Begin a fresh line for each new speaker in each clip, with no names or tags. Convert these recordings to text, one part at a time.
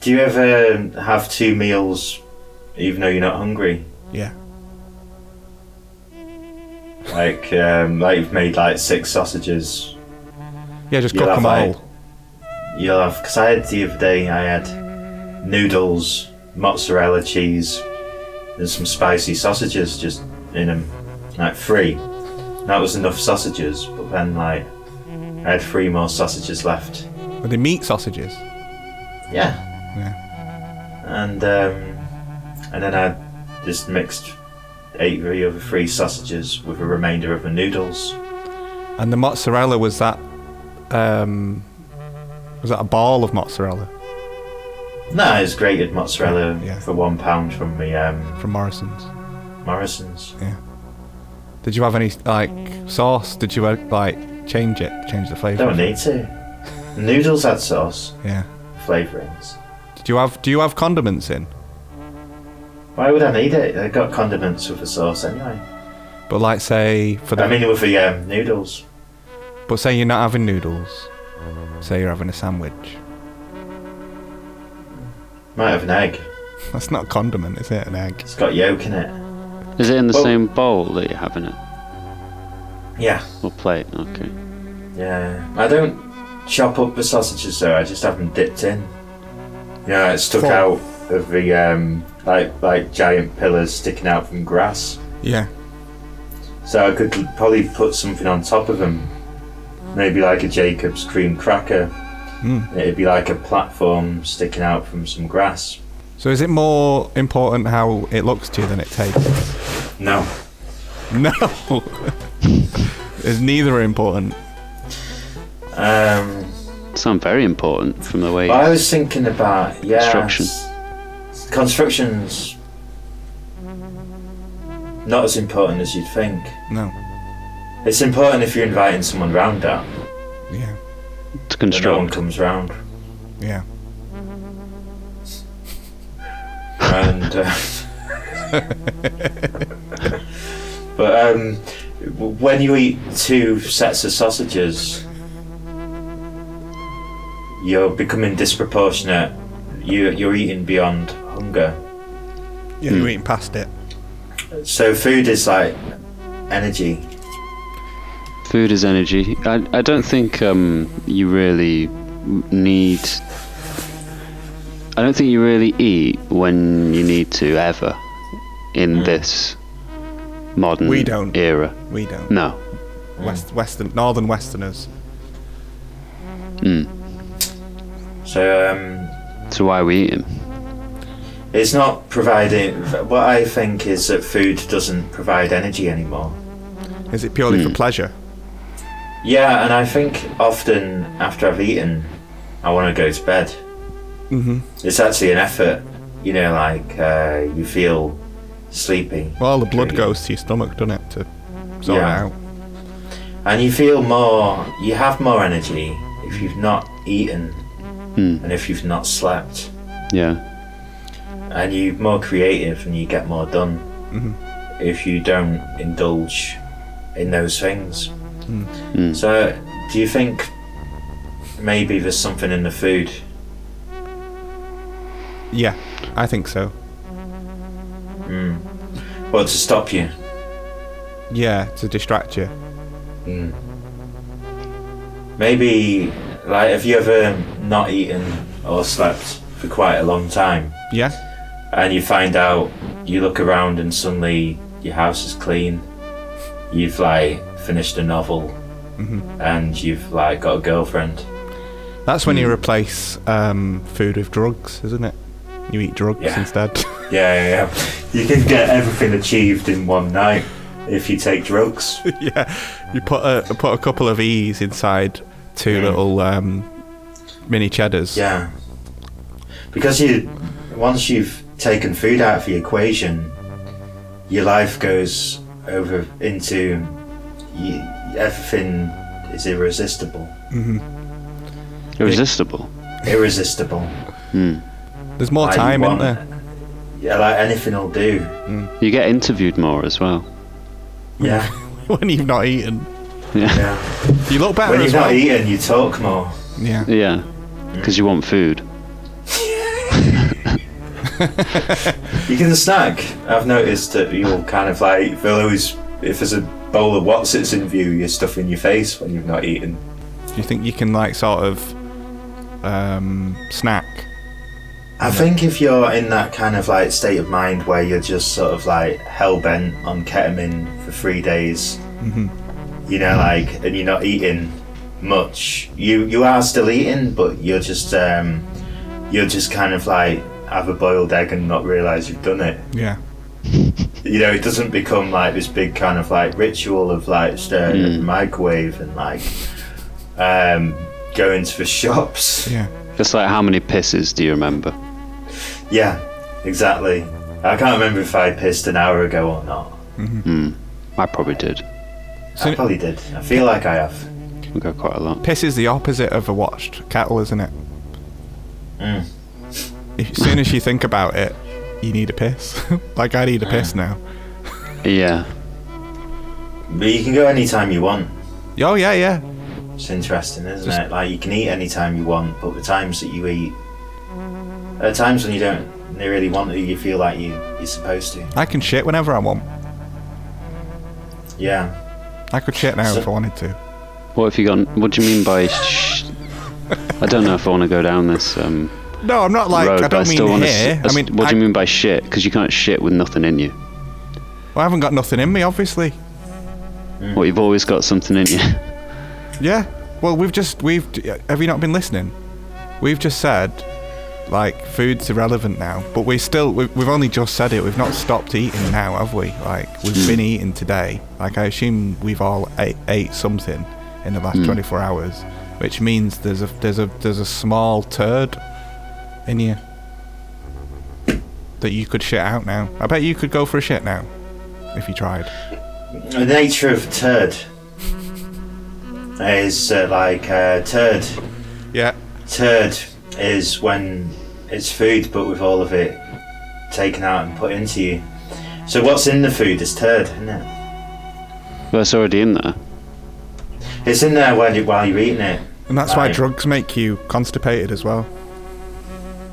Do you ever have two meals even though you're not hungry?
Yeah.
Like, um, like you've made like six sausages.
Yeah, just
Yeah,
cook
that's
them all.
right. You'll have, because I had the other day, I had noodles, mozzarella cheese, and some spicy sausages just in them, like three. That was enough sausages, but then like I had three more sausages left.
Are they meat sausages?
Yeah.
Yeah.
and um, and then I just mixed eight of the other three sausages with a remainder of the noodles.
And the mozzarella was that. Um, was that a ball of mozzarella
No, it's grated mozzarella
Yeah.
for one pound from the um,
from Morrison's?
Morrison's.
Did you have any like sauce? Did you uh, like change it? Change the flavour?
Don't need to. The noodles had sauce
Yeah.
flavorings.
Did you have? Do you have condiments in?
Why would I need it? I got condiments with the sauce anyway.
But like say for the.
I mean, with the um, noodles.
but say you're not having noodles. Say you're having a sandwich.
Might have an egg.
That's not a condiment, is it? An egg.
It's got yolk in it.
Is it in the
Well-
same bowl that you're having it?
Yeah,
Or plate? Okay.
yeah. I don't chop up the sausages though. I just have them dipped in. Yeah, it's stuck
Full.
out of the um, like like giant pillars sticking out from grass.
Yeah.
So I could probably put something on top of them, maybe like a Jacob's cream cracker.
Mm.
It'd be like a platform sticking out from some grass.
So is it more important how it looks to you than it tastes?
No,
No. is neither important.
um,
Sound very important from the way.
but I was thinking about yeah
Construction.
s- Constructions not as important as you'd think.
No.
It's important if you're inviting someone round that.
Yeah.
to
but No one
construct.
comes round.
Yeah.
and uh, but um, w- when you eat two sets of sausages, you're becoming disproportionate. You you're eating beyond hunger.
Yeah.
Hmm.
You're eating past it.
So food is like energy.
Food is energy. I, I don't think um, you really need. I don't think you really eat when you need to ever in
Mm.
this modern
We don't.
era.
We don't.
No.
West, Western, Northern Westerners.
So um,
So why are we eating?
it's not providing. What I think is that food doesn't provide energy anymore.
Is it purely
Hmm.
for pleasure?
Yeah, and I think often after I've eaten, I want to go to bed.
Mm-hmm.
It's actually an effort, you know, like uh, you feel sleepy.
Well, the blood
Really.
goes to your stomach, doesn't it, to sort
Yeah.
it out?
And you feel more, you have more energy if you've not eaten and if you've not slept.
Yeah.
And you're more creative and you get more done if you don't indulge in those things. So, do you think maybe there's something in the food?
Yeah, I think so.
Well, to stop you.
Yeah, to distract you.
Maybe, like, have you ever not eaten or slept for quite a long time?
Yeah,
And you find out, you look around and suddenly your house is clean. You've, like, finished a novel. And you've, like, got a girlfriend.
that's
Hmm.
when you replace um, food with drugs, isn't it? You eat drugs
Yeah.
instead.
Yeah, yeah, yeah. You can get everything achieved in one night if you take drugs.
yeah, you put a put a couple of E's inside two little um, mini cheddars.
Yeah. Because you, once you've taken food out of the equation, your life goes over into you, everything is irresistible.
Irresistible.
Irresistible.
There's more
I
time, isn't
want-
there?
Yeah, like anything will do.
You get interviewed more as well.
Yeah,
when you've not eaten.
Yeah.
yeah.
You look better
When
as
you're
well.
not eating, you talk more.
Yeah.
Yeah. Because you want food.
You can snack. I've noticed that you'll kind of like, if there's- if there's a bowl of Watsits in view, you're stuffing your face when you've not eaten.
Do you think you can like sort of um, snack?
I think if you're in that kind of like state of mind where you're just sort of like hell bent on ketamine for three days, you know, like, and you're not eating much, you you are still eating, but you're just um, you're just kind of like have a boiled egg and not realize you've done it.
Yeah.
You know, it doesn't become like this big kind of like ritual of like staring at the microwave and like um, going to the shops.
Yeah.
Just like how many pisses do you remember?
Yeah, exactly. I can't remember if I pissed an hour ago or not.
I probably did.
I probably did. I feel like I have.
We got quite a lot.
Piss is the opposite of a watched kettle, isn't it?
Mm.
If, as soon as you think about it, you need a piss. like I need a
Mm.
piss now.
Yeah.
But you can go anytime you want.
Oh yeah, yeah.
It's interesting, isn't it? Like you can eat anytime you want, but the times that you eat, there are times when you don't really want to. You feel like you you're supposed to.
I can shit whenever I want.
Yeah.
I could shit now
So-
if I wanted to.
What have you got? What do you mean by? Sh- I don't know if I want to go down this um,
No, I'm not like
road.
I
but I
don't
still
mean
want
here.
to.
I mean,
what
I,
do you mean by shit? Because you can't shit with nothing in you.
I haven't got nothing in me, obviously.
Well, you've always got something in you.
Yeah. Well, we've just we've uh, have you not been listening? We've just said like food's irrelevant now, but we still we've, we've only just said it. We've not stopped eating now, have we? Like we've been eating today. Like I assume we've all ate, ate something in the last 24 hours, which means there's a there's a there's a small turd in you that you could shit out now. I bet you could go for a shit now if you tried.
The nature of turd is uh, like uh, turd.
Yeah.
Turd is when it's food, but with all of it taken out and put into you. So what's in the food is turd, isn't it?
Well, it's already in there.
It's in there while, you, while you're eating it.
And that's why
Right.
drugs make you constipated as well.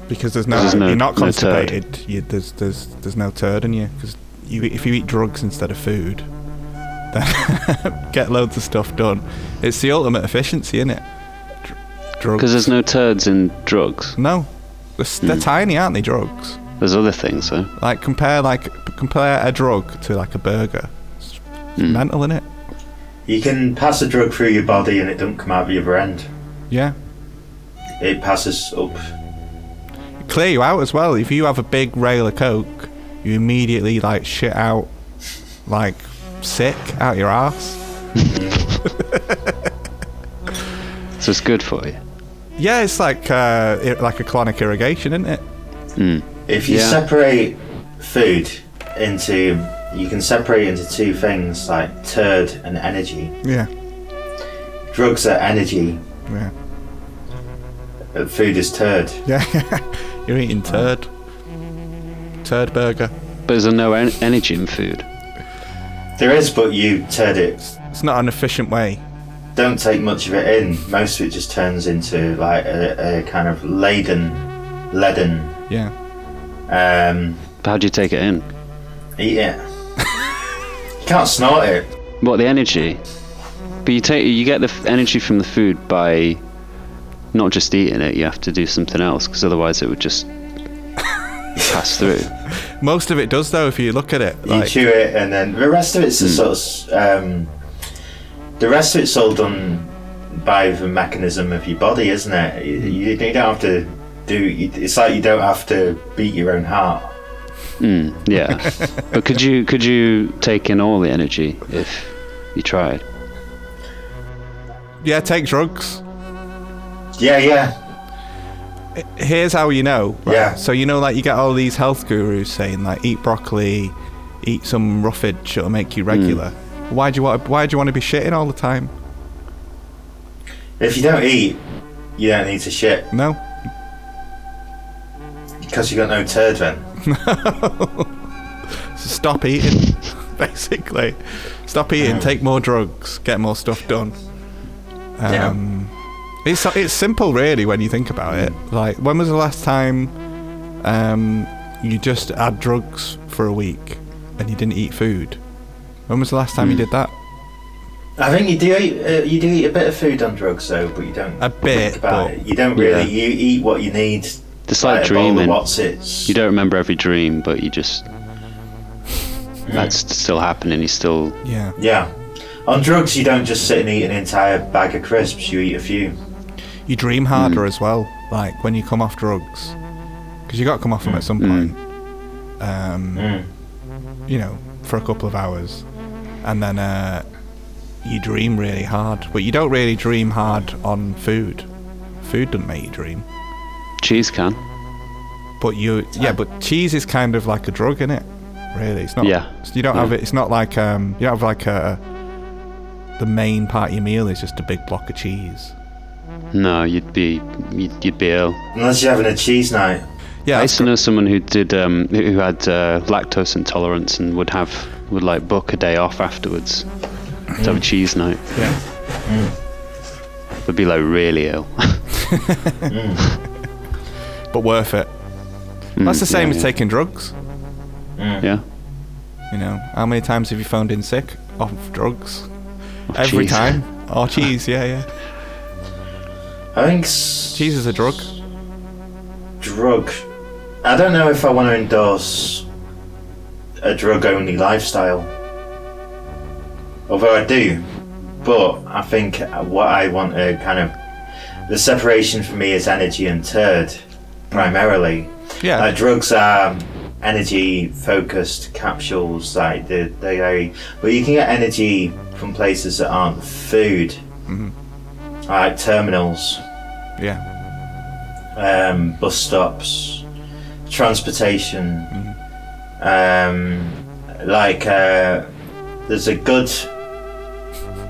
Because there's no,
There's no-
you're not
no turd.
constipated. you, there's there's there's no turd in you because you if you eat drugs instead of food, then get loads of stuff done. It's the ultimate efficiency, isn't it? drugs.
Because there's no Hmm. turds in drugs.
no, they're, s- they're tiny, aren't they? Drugs.
There's other things though.
Like compare like p- compare a drug to like a burger. It's
Hmm.
mental, in it.
You can pass a drug through your body and it doesn't come out the other end.
Yeah.
It passes up.
clear you out as well. If you have a big rail of coke, you immediately like shit out, like sick out your ass.
So it's good for you.
Yeah, it's like uh, ir- like a chronic irrigation, isn't it?
If you
Yeah.
separate food into, you can separate into two things like turd and energy.
Yeah,
Drugs are energy.
yeah,
uh, Food is turd.
yeah. You're eating turd, turd burger.
But there's no en- energy in food.
There is, but you turd it.
It's not an efficient way.
Don't take much of it in. Most of it just turns into like a, a kind of laden, leaden.
Yeah,
Um,
But how do you take it in?
eat it. you can't snort it.
What the energy? But you take you get the f- energy from the food by not just eating it. You have to do something else because otherwise it would just pass through.
most of it does though. If you look at it,
you
like Hmm.
chew it, and then the rest of it's a sort of um, the rest of it's all done by the mechanism of your body, isn't it?
Hmm.
You, you don't have to do. you- It's like you don't have to beat your own heart.
Mm, Yeah. but could you could you take in all the energy if you tried?
yeah, take drugs.
Yeah, yeah,
here's how you know.
Yeah.
So you know, like you get all these health gurus saying, like, eat broccoli, eat
Hmm.
some roughage, it'll make you regular. Why do you want? Why do you want to be shitting all the time?
If you don't eat, you don't need to shit
No.
because you got no turd then.
Stop eating, basically. Stop eating. Take more drugs. Get more stuff done.
Yeah.
Um, It's it's simple, really, when you think about it.
Hmm.
Like, when was the last time um, you just had drugs for a week and you didn't eat food? When was the last time you
Hmm.
did that?
I think you do eat, uh, you do eat a bit of food on drugs though, but you don't
A bit,
think about
but-
it. You don't really you eat what you need.
It's like
a bowl of
dreaming.
Watsits.
You don't remember every dream, but you just. That's still happening. You still.
Yeah.
Yeah. On drugs, you don't just sit and eat an entire bag of crisps. You eat a few.
You dream
Mm.
harder as well, like when you come off drugs, because you got to come off them
Mm.
at some point. Um,
Mm.
You know, for a couple of hours, and then uh, you dream really hard, but you don't really dream hard on food. Food doesn't make you dream,
Cheese can.
but you yeah, but cheese is kind of like a drug, is it? Really, it's not.
Yeah.
You don't
Yeah.
have it. It's not like um, you don't have like a. The main part of your meal is just a big block of cheese.
No, you'd be. You'd, you'd be ill.
Unless you're having a cheese night.
Yeah,
I
that's
used to know someone who did. Um, who who had uh, lactose intolerance and would have. Would like book a day off afterwards to have a cheese night.
Mm.
Mm.
Yeah.
Would be like really ill. Mm.
but worth it. That's
Mm,
the same as taking drugs.
Yeah.
You know, how many times have you phoned in sick off drugs? Every
cheese.
time. Oh, cheese. Yeah, yeah.
I think s-
Cheese is a drug.
drug. I don't know if I want to endorse a drug-only lifestyle. Although I do, but I think what I want to kind of the separation for me is energy and turd primarily.
Yeah.
Uh, drugs are energy focused capsules, like they, they vary. But you can get energy from places that aren't food, like terminals,
yeah.
um, bus stops, transportation. Um, like, uh, there's a good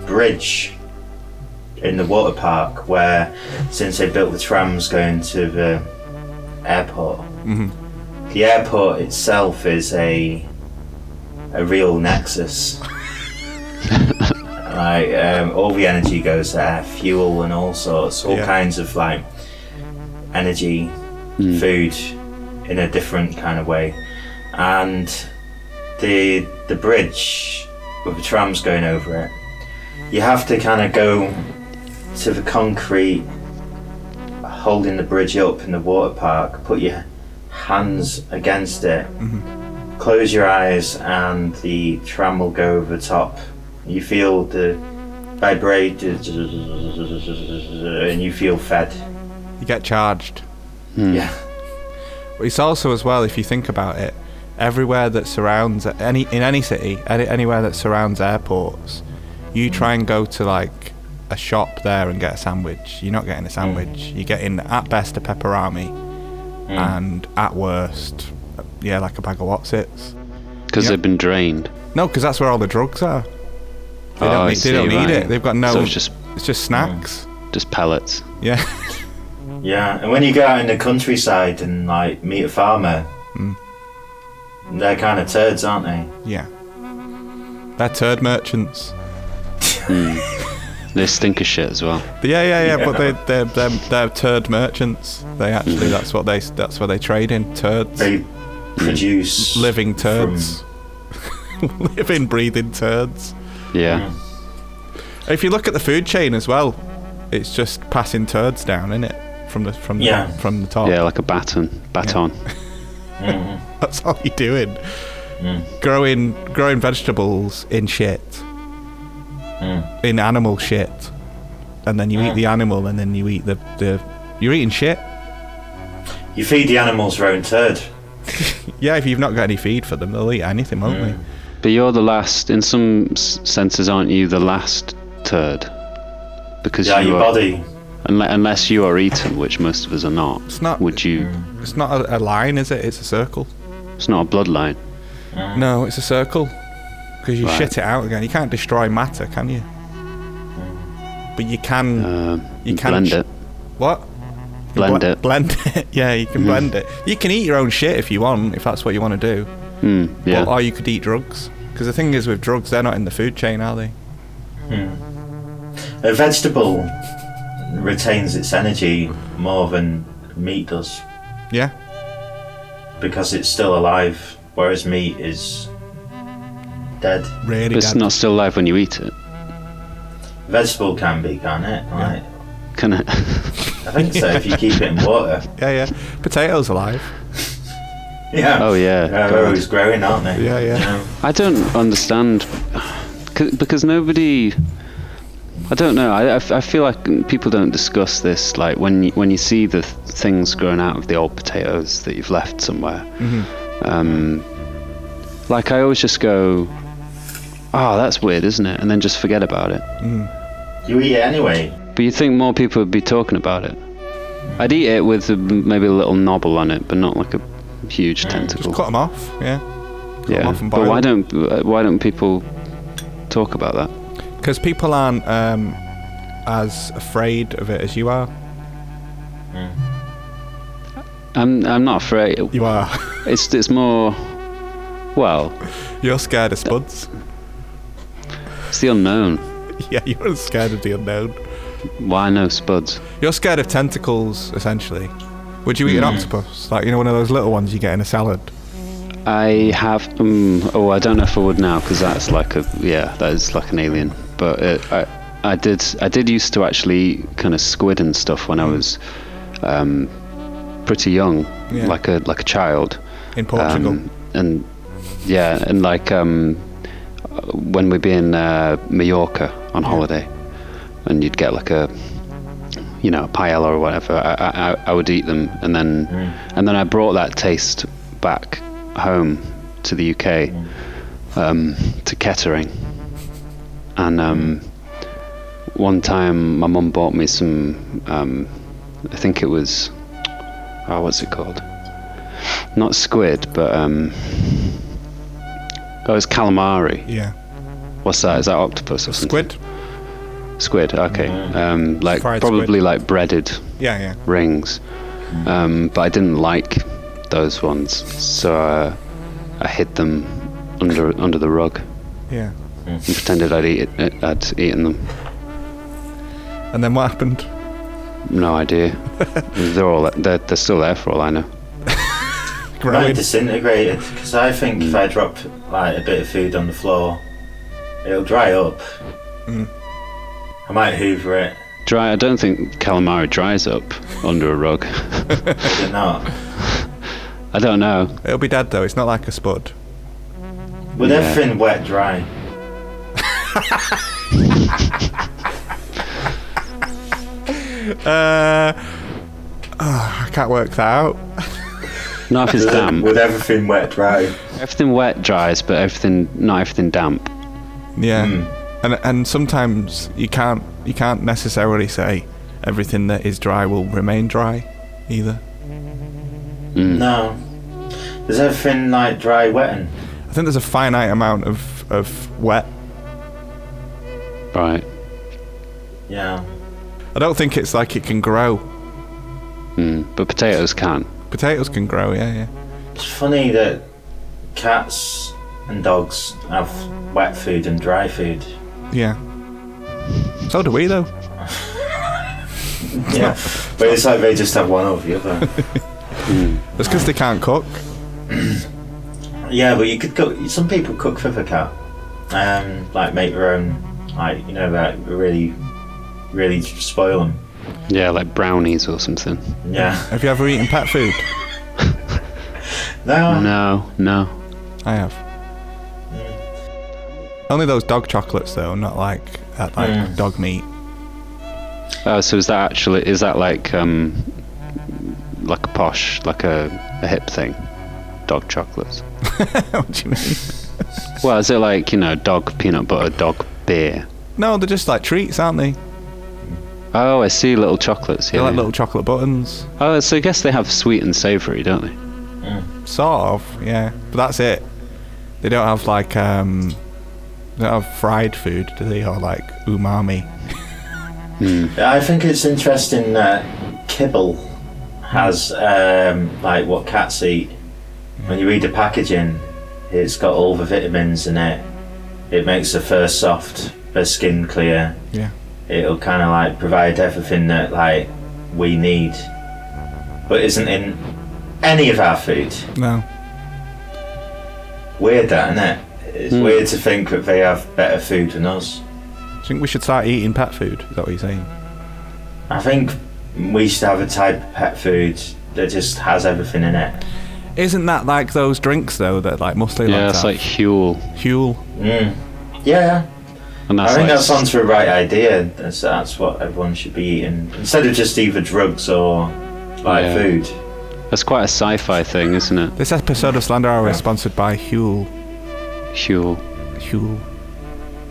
bridge in the water park where, since they built the trams going to the airport, the airport itself is a a real nexus. like um, all the energy goes there, fuel and all sorts, all
Yeah.
kinds of like energy, food, in a different kind of way, and the the bridge with the trams going over it. You have to kind of go to the concrete holding the bridge up in the water park, put your hands against it,
Mm-hmm.
close your eyes, and the tram will go over the top. You feel the vibrate, and you feel fed.
You get charged.
Yeah.
But it's also as well, if you think about it, everywhere that surrounds any in any city, any, anywhere that surrounds airports, you try and go to like a shop there and get a sandwich. You're not getting a
Mm.
sandwich. You're getting at best a pepperami, and at worst, yeah, like a bag of Watsits.
Because
Yeah.
they've been drained.
No, because that's where all the drugs are. They
Oh,
don't
I
need,
see,
they don't need
right.
it. They've got no.
So it's just
it's just snacks.
just pellets.
Yeah.
Yeah, and when you go out in the countryside and like meet a farmer,
Hmm.
they're kind of turds, aren't they?
yeah. They're turd merchants.
They stink of shit as well.
Yeah, yeah, yeah. But they, they're, they're they're turd merchants. They actually that's what they that's what they trade in turds,
They produce
living
from-
turds, living breathing turds.
Yeah.
If you look at the food chain as well, it's just passing turds down, is it? From the from the
Yeah.
from the top.
Yeah, like a baton. Baton.
That's all you're doing. Growing growing vegetables in shit. In animal shit. And then you eat the animal and then you eat the, the you're eating shit.
You feed the animals their own turd.
Yeah, if you've not got any feed for them, they'll eat anything, won't
But you're the last, in some s- senses, aren't you the last turd? Because
Yeah,
you
your
are,
body.
unle- unless you are eaten, which most of us are not. It's
not-
Would you?
they? It's not a, a line, is it? It's a circle.
It's not a bloodline.
No, it's a circle. Because you
Right.
shit it out again. You can't destroy matter, can you? but you can
Um,
You can
blend
ch-
it.
what? You
Blend
ble-
it. Mm.
Blend it. yeah, you can blend it. You can eat your own shit if you want, if that's what you want to do.
Mm, yeah.
Or, or you could eat drugs. Because the thing is, with drugs, they're not in the food chain, are they?
A vegetable retains its energy more than meat does
Yeah.
because it's still alive, whereas meat is dead.
Really.
But it's
dead.
not still alive when you eat it,
Vegetable can be, can't it? Like,
can it?
I think so if you keep it in water.
Yeah, yeah. Potatoes alive.
Yeah.
Oh, yeah,
They're
God.
always growing, aren't they? Um,
Yeah, yeah.
I don't understand c- because nobody. I don't know. I, I f- I feel like people don't discuss this. Like when you, when you see the th- things growing out of the old potatoes that you've left somewhere.
Mm-hmm.
Um, like I always just go, "Oh, that's weird, isn't it?" and then just forget about it.
You eat it anyway.
But you think more people would be talking about it? I'd eat it with a, maybe a little knobble on it, but not like a huge tentacle.
Just cut them off. Yeah. cut 'em
yeah.
off and
but
boil
why
it.
don't why don't people talk about that?
Because people aren't um, as afraid of it as you are.
I'm I'm not afraid.
You are.
It's it's more. Well,
you're scared of spuds.
it's the unknown.
yeah, you're scared of the unknown.
Why no spuds?
You're scared of tentacles, essentially. Would you eat
Hmm.
an octopus? Like, you know, one of those little ones you get in a salad?
I have. Um, oh, I don't know if I would now because that's like a yeah, that is like an alien. But it, I I did I did used to actually kind of squid and stuff when I was um, pretty young,
Yeah.
like a like a child.
In Portugal.
Um, and yeah, and like um, when we'd be in uh, Mallorca on holiday, and you'd get like a, you know, a paella or whatever. I, I, I- I would eat them, and then and then I brought that taste back home to the UK, um, to Kettering, and um, one time my mum bought me some. Um, I think it was, oh, what's it called? not squid, but um, oh, it's calamari.
yeah.
What's that? Is that octopus or something?
Squid?
Squid. Okay. Um, like
Fried
probably
squid. Hmm.
like breaded
Yeah, yeah.
rings, um, but I didn't like those ones, so uh, I hid them under under the rug
Yeah.
and pretended I'd eat it, I'd eaten them.
And then what happened?
No idea. they're all they're, they're still there for all I know.
Might
Growing.
disintegrated because I think
Hmm.
if I drop like a bit of food on the floor, it'll dry up.
Hmm.
I might hoover it.
Dry. I don't think calamari dries up under a rug.
Did it not?
I don't know.
It'll be dead, though. It's not like a spud.
Would
Yeah.
everything wet dry?
Uh, ah, I can't work that out.
Not if it's
Would-
damp.
Would everything wet dry?
Everything wet dries, but everything not everything damp.
Yeah.
Mm.
And and sometimes you can't you can't necessarily say everything that is dry will remain dry either.
No. Does everything like dry wetting?
I think there's a finite amount of, of wet.
Right.
Yeah.
I don't think it's like it can grow.
Mm. But potatoes can.
Potatoes can grow, yeah, yeah.
It's funny that cats and dogs have wet food and dry food.
Yeah. So do we though.
Yeah. but it's like they just have one over the other.
That's because they can't cook.
Yeah, but you could cook. Some people cook for the cat, um, like make their own, like you know, like really, really spoil them.
Yeah, like brownies or something.
Yeah.
Have you ever eaten pet food?
No.
No, no.
I have. Only those dog chocolates though, not like uh, like
Mm.
dog meat.
Oh, so is that actually is that like um like a posh, like a, a hip thing? Dog chocolates.
what do you mean?
Well, is it like, you know, dog peanut butter, dog beer?
No, they're just like treats, aren't they?
Oh, I see little chocolates
They're
here.
like little chocolate buttons.
oh, so I guess they have sweet and savory, don't they?
Sort of, yeah. But that's it. They don't have like um they don't have fried food, do they? Or like umami.
I think it's interesting that kibble has um, like what cats eat. When you read the packaging, it's got all the vitamins in it. It makes the fur soft, the skin clear.
Yeah.
It'll kind of like provide everything that like we need, but isn't in any of our food.
No.
Weird that, isn't it? It's
Hmm.
weird to think that they have better food than us.
Do you think we should start eating pet food? Is that what you're saying?
I think we should have a type of pet food that just has everything in it.
Isn't that like those drinks though that like mostly
yeah,
lads
it's
have?
like Huel,
Huel.
Mm. Yeah,
and that's
I think
like
that sounds a right idea. That's, that's what everyone should be eating instead of just either drugs or like
Yeah.
food.
that's quite a sci-fi thing, isn't it?
This episode of Slander Hour is sponsored by Huel.
Huel.
Huel.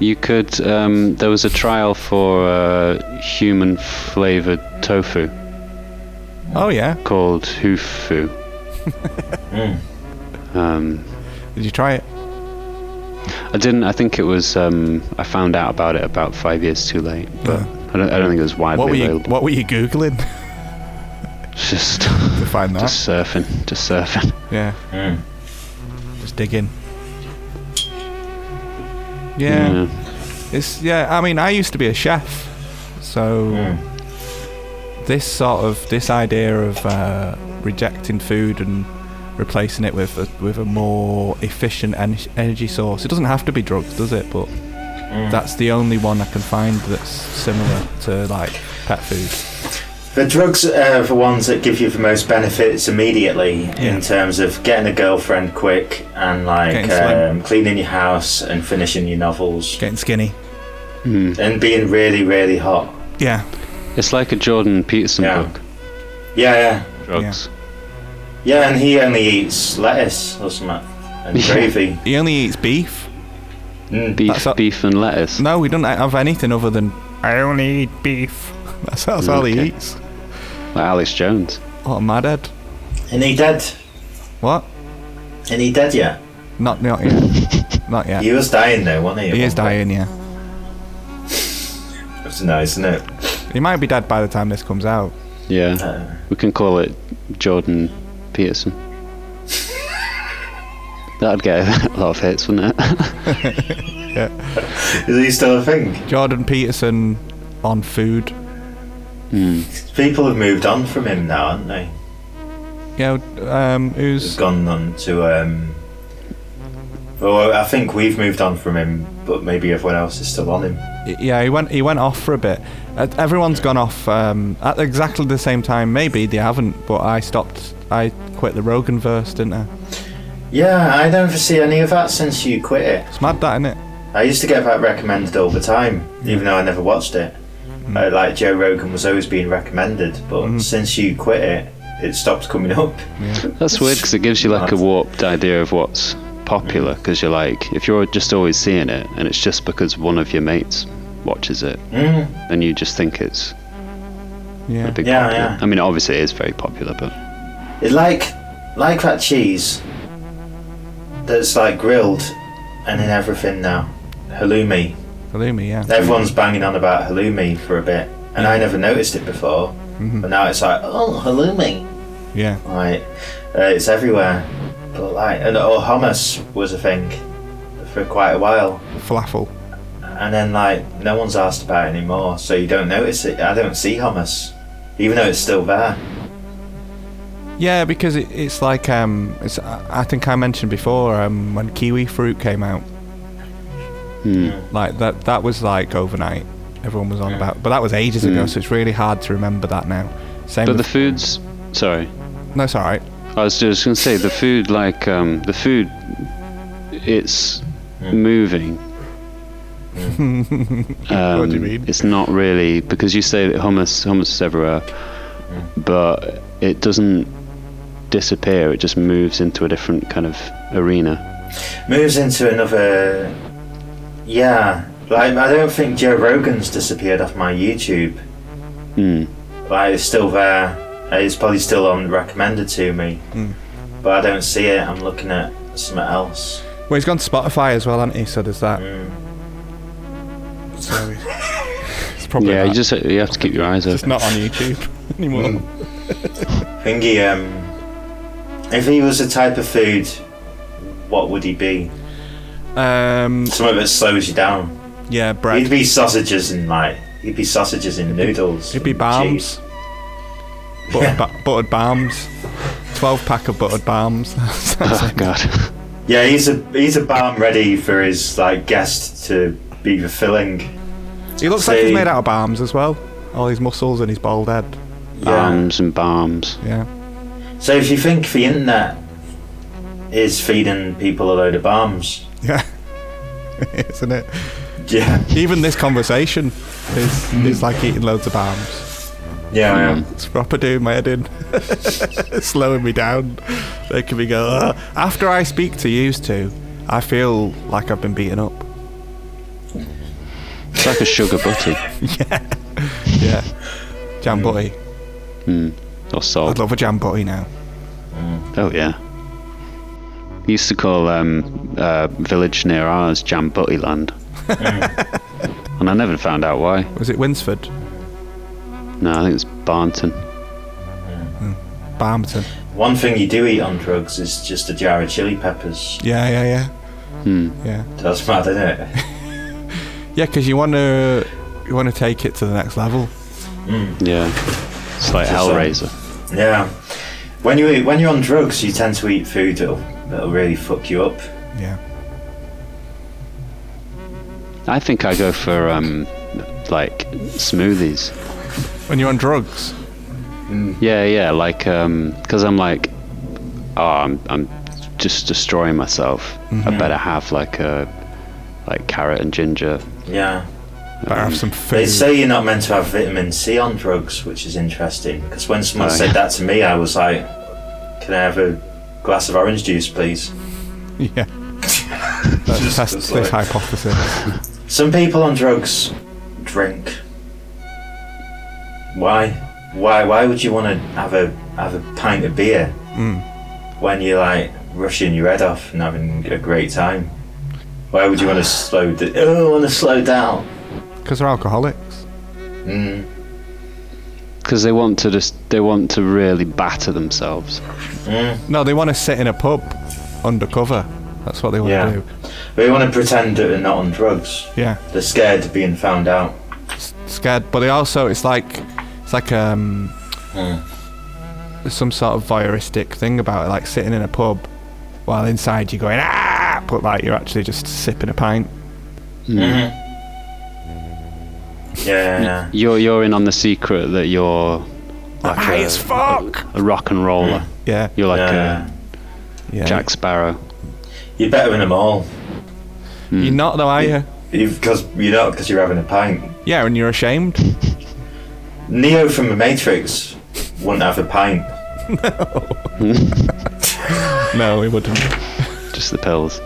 You could. Um, there was a trial for uh, human flavored tofu
Oh yeah.
called Hufu.
Mm.
Um,
Did you try it?
I didn't. I think it was. Um, I found out about it about five years too late.
But
I don't, I don't think it was widely
what were you
available.
What were you googling
Just,
to find that?
just surfing, just surfing.
yeah.
Mm.
Just digging. Yeah. It's yeah. I mean, I used to be a chef, so
Mm.
this sort of this idea of uh, rejecting food and replacing it with a, with a more efficient en- energy source. It doesn't have to be drugs, does it? But
mm.
that's the only one I can find that's similar to like pet food.
The drugs are the ones that give you the most benefits immediately in terms of getting a girlfriend quick and like
Getting slim.
um, cleaning your house and finishing your novels
Getting skinny.
Mm.
and being really, really hot.
Yeah.
It's like a Jordan Peterson
Yeah.
book.
Yeah, yeah.
Drugs.
Yeah, and he only eats lettuce or something and
Yeah.
gravy.
He only eats beef.
Mm.
Beef,
That's a-
beef, and lettuce.
No, we don't have anything other than I only eat beef. That's, that's all he
Okay.
eats.
Like Alex Jones.
What a madhead.
And he dead.
What?
And he dead yet.
Not not yet. not yet.
He was dying though, wasn't he?
He is dying. Yeah.
It's nice, isn't it?
He might be dead by the time this comes out.
Yeah.
Uh,
We can call it Jordan Peterson. That'd get a lot of hits, wouldn't it?
is he still a thing?
Jordan Peterson on food.
People have moved on from him now, haven't they?
Yeah, um,
He's
who's
gone on to. Um, well, I think we've moved on from him, but maybe everyone else is still on him.
yeah? He went he went off for a bit. Uh, Everyone's gone off um, at exactly the same time. Maybe they haven't, but I stopped. I quit the Rogan verse, didn't I?
Yeah, I don't see any of that since you quit it.
It's mad, that innit?
I used to get that recommended all the time, even though I never watched it. Uh, like Joe Rogan was always being recommended, but since you quit it, it stopped coming up.
That's weird because it gives you like a
That's-
warped idea of what's popular because you're like, if you're just always seeing it and it's just because one of your mates watches it,
Mm.
then you just think it's a
Yeah.
big
Yeah,
popular.
yeah.
I mean, obviously it is very popular, but
It's like like that cheese that's like grilled and in everything now. Halloumi.
Halloumi, yeah.
Everyone's banging on about halloumi for a bit, and I never noticed it before. But now it's like, oh, halloumi.
Yeah.
Like, uh, it's everywhere. But like, and oh, hummus was a thing for quite a while,
Falafel.
and then like, no one's asked about it anymore, so you don't notice it. I don't see hummus, even though it's still there.
Yeah, because it, it's like um, it's I I think I mentioned before um, when kiwi fruit came out,
hmm,
like that that was like overnight. Everyone was on about, but that was ages ago, so it's really hard to remember that now. Same.
Hmm. but the
with-
foods. Sorry,
no, it's all right.
I was just gonna say the food, like um, the food, it's
Mm.
moving.
What do you
Um,
mean?
It's not really because you say that hummus, hummus is everywhere, but it doesn't disappear. It just moves into a different kind of arena.
moves into another. Yeah, like I don't think Joe Rogan's disappeared off my YouTube.
Mm.
Like it's still there. It's probably still on recommended to me, but I don't see it. I'm looking at something else.
Well, he's gone to Spotify as well, hasn't he? So there's that.
Mm.
So he's- he's probably
yeah,
that.
you just you have to keep your eyes
Just
open.
not on YouTube anymore.
Thingy, um, if he was a type of food, what would he be?
Hmm.
Um,
Something that slows you down.
yeah,
He'd
bread.
be sausages and like, he'd be sausages and noodles.
It'd be
and cheese.
balms. Buttered, ba- buttered balms. 12 pack of buttered balms.
Oh god.
Yeah, he's a he's a balm ready for his like guest to be fulfilling.
he looks like he's
See.
made out of balms as well. All his muscles and his bald head.
Yeah.
Bombs and bombs.
Yeah.
Um, So if you think the internet is feeding people a load of bombs,
Yeah. Isn't it?
yeah,
Even this conversation is, is like eating loads of balms.
yeah, I am.
It's proper doing my head in. Slowing me down. Making me go, "Ugh." After I speak to you two, I feel like I've been beaten up.
It's like a sugar butty
Yeah. Jam butty.
or
I'd
salt.
love a jam butty now.
Oh yeah. We used to call um, a village near ours Jam Butty Land. and I never found out why.
Was it Winsford?
No, I think it's Barnton.
Barmton.
One thing you do eat on drugs is just a jar of chili peppers.
Yeah, yeah, yeah.
Hmm.
Yeah.
That's mad, isn't it?
Yeah, because you want to you want to take it to the next level.
Yeah. It's like
uh,
Just, um,
Hellraiser.
Yeah. When you eat, when you're on drugs, you tend to eat food that'll that'll really fuck you up.
Yeah.
I think I go for um, like smoothies.
When you're on drugs.
Yeah, yeah, like because I'm like, oh, I'm, I'm just destroying myself. I better have like a like carrot and ginger.
Yeah.
Better have some
They
food.
say you're not meant to have vitamin C on drugs, which is interesting. Because when someone
Oh,
said
yeah.
that to me, I was like, "Can I have a glass of orange juice, please?"
yeah. Let's test
it's
this
like-
hypothesis.
Some people on drugs drink. Why? Why? Why would you want to have a have a pint of beer when you're like rushing your head off and having a great time? Why would you want to slow? D- oh, I want to slow down.
Because they're alcoholics.
Mm.
Because they want to just they want to really batter themselves.
No, they want to sit in a pub undercover. That's what they want to
Yeah.
do.
They want to pretend that they're not on drugs.
Yeah.
They're scared of being found out.
S- Scared, but they also it's like it's like um
Mm.
there's some sort of voyeuristic thing about it, like sitting in a pub while inside you're going ah, but like you're actually just sipping a pint.
Yeah, yeah,
You're you're in on the secret that you're like
High
a,
as fuck.
a rock and roller.
Yeah.
You're like
uh,
yeah.
yeah.
a Jack Sparrow.
You're better than them all.
hmm.
You're not though, are you?
Because you're not, because you're having a pint.
Yeah, and you're ashamed.
Neo from the Matrix wouldn't have a pint.
No, he wouldn't.
Just the pills.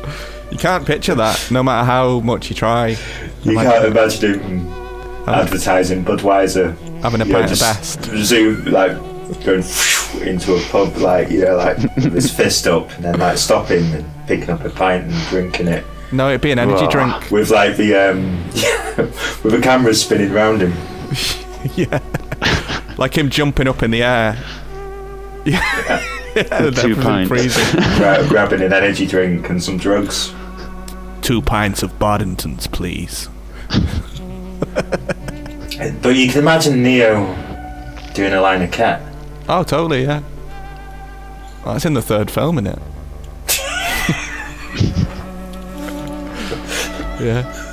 You can't picture that, no matter how much you try.
You
Like-
can't imagine him advertising Budweiser.
Having a
you know,
pint of
just
best.
Zoom, like, going into a pub, like, you know, like, with his fist up, and then, like, stopping and picking up a pint and drinking it.
No, it'd be an energy
Wow.
drink.
With, like, the, um, with the camera spinning round him.
yeah. like him jumping up in the air. Yeah. yeah
two
everything
pints.
freezing.
gra- grabbing an energy drink and some drugs.
two pints of Boddingtons, please.
But you can imagine Neo doing a line of cat.
Oh, totally, yeah. Well, that's in the third film, isn't it? yeah.